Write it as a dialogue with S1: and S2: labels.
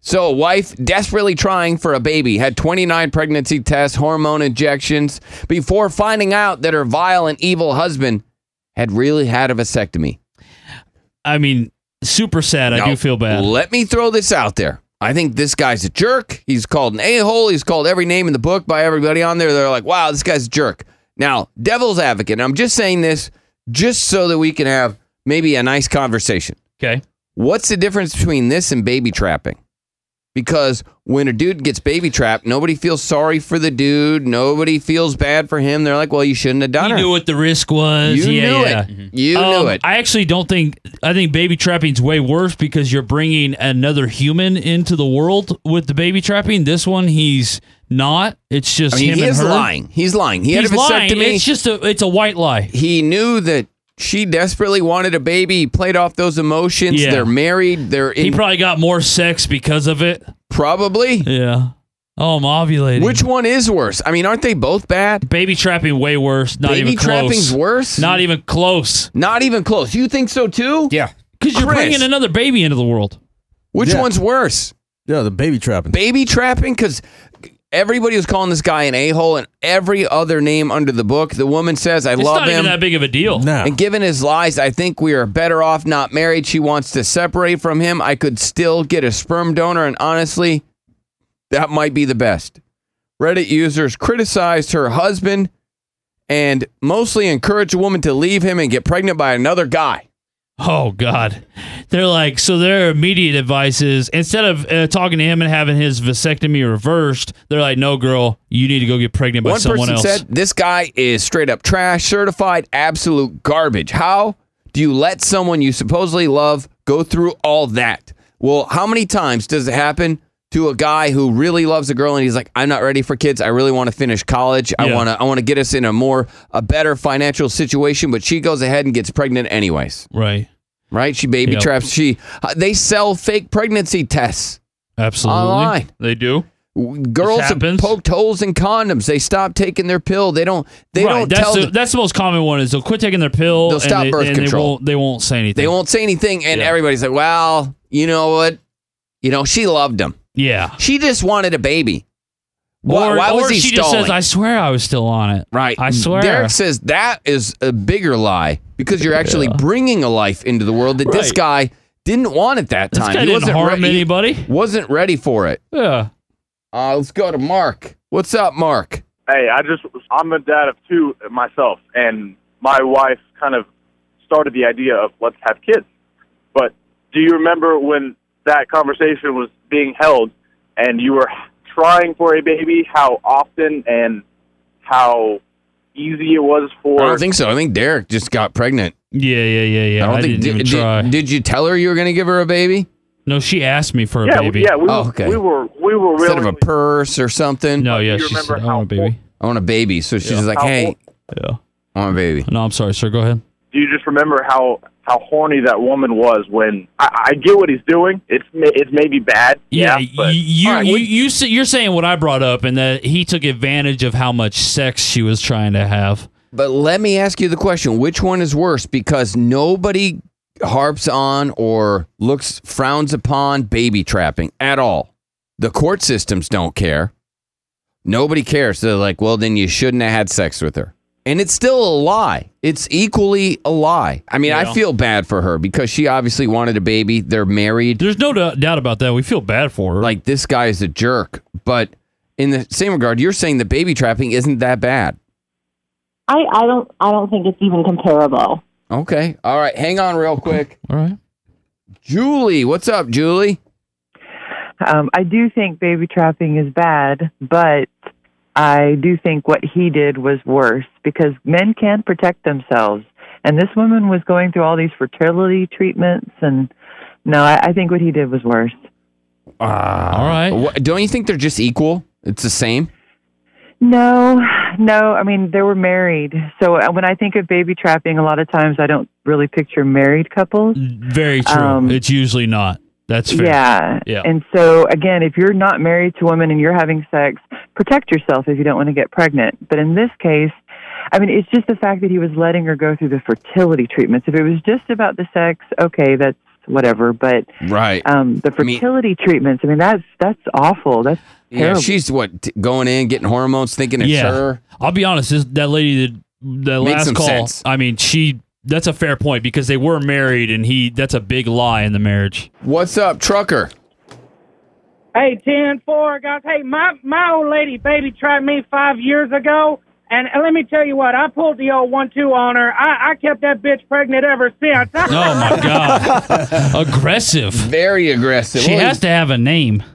S1: So, a wife desperately trying for a baby had 29 pregnancy tests, hormone injections before finding out that her vile and evil husband had really had a vasectomy.
S2: I mean, super sad. I
S1: Now,
S2: do feel bad.
S1: Let me throw this out there. I think this guy's a jerk. He's called an a hole. He's called every name in the book by everybody on there. They're like, wow, this guy's a jerk. Now, devil's advocate. and I'm just saying this just so that we can have maybe a nice conversation.
S2: okay.
S1: What's the difference between this and baby trapping? Because when a dude gets baby trapped, nobody feels sorry for the dude. Nobody feels bad for him. They're like, well, you shouldn't have done
S2: You
S1: it.
S2: knew what the risk was.
S1: You
S2: yeah,
S1: knew
S2: yeah.
S1: it.
S3: Mm-hmm.
S1: You
S2: Um,
S1: knew it.
S2: I actually don't think. I think baby trapping's way worse because you're bringing another human into the world with the baby trapping. This one, he's not. It's just
S1: I mean,
S2: him
S1: he
S2: and
S1: is
S2: her.
S1: lying. He's lying. He
S2: He's
S1: had a vasectomy.
S2: lying. It's just a. It's a white lie.
S1: he knew that she desperately wanted a baby. He played off those emotions.
S2: Yeah.
S1: They're married. They're
S2: He
S1: in,
S2: probably got more sex because of it.
S1: probably.
S2: Yeah. Oh, I'm ovulating.
S1: Which one is worse? I mean, aren't they both bad?
S2: baby trapping way worse? Not
S1: baby
S2: even close.
S1: trapping's worse.
S2: Not even close.
S1: Not even close. You think so too?
S3: Yeah.
S2: Because you're
S1: Chris.
S2: bringing another baby into the world.
S1: Which
S3: Yeah.
S1: one's worse?
S3: Yeah, the baby trapping.
S1: Baby trapping? Because everybody was calling this guy an a hole and every other name under the book. The woman says, "I
S2: It's
S1: love
S2: not
S1: him."
S2: even that big of a deal.
S3: no.
S1: And given his lies, I think we are better off not married. She wants to separate from him. I could still get a sperm donor, and honestly, that might be the best. Reddit users criticized her husband and mostly encouraged a woman to leave him and get pregnant by another guy.
S2: Oh God, they're like so. Their immediate advice is instead of uh, talking to him and having his vasectomy reversed, they're like, "No, girl, you need to go get pregnant by
S1: One
S2: someone
S1: person
S2: else."
S1: said, This guy is straight up trash, certified absolute garbage. How do you let someone you supposedly love go through all that? Well, how many times does it happen to a guy who really loves a girl and he's like, I'm not ready for kids. I really want to finish college. I
S2: Yeah.
S1: wanna I wanna get us in a more a better financial situation, but she goes ahead and gets pregnant anyways.
S2: right,
S1: Right? She baby
S2: Yep.
S1: traps. She uh, they sell fake pregnancy tests.
S2: absolutely,
S1: Online.
S2: they do.
S1: Girls have
S2: happens.
S1: poked holes in condoms. They stop taking their pill. They don't they
S2: right.
S1: don't
S2: that's
S1: tell
S2: the,
S1: the-
S2: that's the most common one is they'll quit taking their pill.
S1: They'll
S2: and
S1: stop
S2: they,
S1: birth
S2: and
S1: control.
S2: They won't, they won't say anything.
S1: They won't say anything, and
S2: Yeah.
S1: everybody's like, "Well, you know what? You know, she loved him.
S2: Yeah.
S1: She just wanted a baby. Why,
S2: or
S1: why was
S2: or
S1: he
S2: she
S1: stalling?"
S2: just says, "I swear I was still on it."
S1: right?
S2: I swear.
S1: Derek says that is a bigger lie because you're actually bringing a life into the world that this guy
S2: Right.
S1: didn't want at that
S2: This
S1: time.
S2: guy
S1: he
S2: didn't
S1: wasn't
S2: harm
S1: re- he
S2: anybody.
S1: wasn't ready for it.
S2: Yeah.
S1: Uh, let's go to Mark. What's up, Mark?
S4: Hey, I just I'm a dad of two myself, and my wife kind of started the idea of let's have kids. But do you remember when that conversation was being held, and you were trying for a baby? How often and how easy it was for?
S1: I don't think so. I think Derek just got pregnant.
S2: Yeah, yeah, yeah, yeah.
S1: I
S2: I,
S1: don't think.
S2: didn't
S1: did,
S2: even
S1: did-
S2: try.
S1: did you tell her you were going to give her a baby
S2: no, she asked me for a
S4: yeah,
S2: baby.
S4: yeah, we,
S1: Oh, okay.
S4: we were we were really
S1: instead of a purse or something?
S2: No, yeah,
S4: Do you
S2: she
S4: remember
S2: said, "I
S4: how
S2: want a baby."
S1: I want a baby. So she's like,
S4: How
S1: "Hey,
S4: old-
S2: Yeah.
S1: I want a baby."
S2: No, I'm sorry, sir. Go ahead.
S4: do you just remember how how horny that woman was when I, I get what he's doing? It's ma- it's maybe bad.
S2: Yeah,
S4: but
S2: y- you,
S1: All right,
S2: you,
S1: what-
S2: you say- you're saying what I brought up, and that he took advantage of how much sex she was trying to have.
S1: But let me ask you the question which one is worse? Because nobody harps on or looks, frowns upon baby trapping at all. The court systems don't care. Nobody cares. They're like, well, then you shouldn't have had sex with her. And it's still a lie. It's equally a lie. I mean, I
S2: Yeah.
S1: feel bad for her because she obviously wanted a baby. They're married.
S2: There's no dou- doubt about that. We feel bad for her.
S1: Like, this guy is a jerk. But in the same regard, you're saying the baby trapping isn't that bad.
S5: I, I don't I don't think it's even comparable.
S1: Okay. All right. Hang on real quick.
S2: all right,
S1: Julie, what's up, Julie?
S6: Um, I do think baby trapping is bad, but I do think what he did was worse because men can't protect themselves. And this woman was going through all these fertility treatments, and no, I, I think what he did was worse.
S2: all right.
S1: What, don't you think they're just equal? It's the same.
S6: No, no, I mean, they were married. So uh, when I think of baby trapping, a lot of times I don't really picture married couples.
S2: Very true.
S6: Um,
S2: it's usually not. That's fair.
S6: Yeah.
S2: Yeah.
S6: And so again, if you're not married to a woman and you're having sex, protect yourself if you don't want to get pregnant. But in this case, I mean, it's just the fact that he was letting her go through the fertility treatments. If it was just about the sex, okay, that's whatever. But
S1: Right.
S6: um, the
S1: mean-
S6: fertility treatments, I mean, that's that's awful. That's
S1: yeah,
S6: terrible.
S1: she's what t- going in, getting hormones, thinking it's
S2: Yeah.
S1: her.
S2: I'll be honest, this, that lady that the
S1: Makes
S2: last
S1: some
S2: call,
S1: sense.
S2: I mean, she that's a fair point because they were married and he that's a big lie in the marriage.
S1: What's up, trucker?
S3: Hey, ten four guys. Hey, my my old lady baby tried me five years ago, and let me tell you what, I pulled the old one two on her. I, I kept that bitch pregnant ever since.
S2: Oh my god. Aggressive.
S1: Very aggressive.
S2: She
S1: Well,
S2: has to have a name.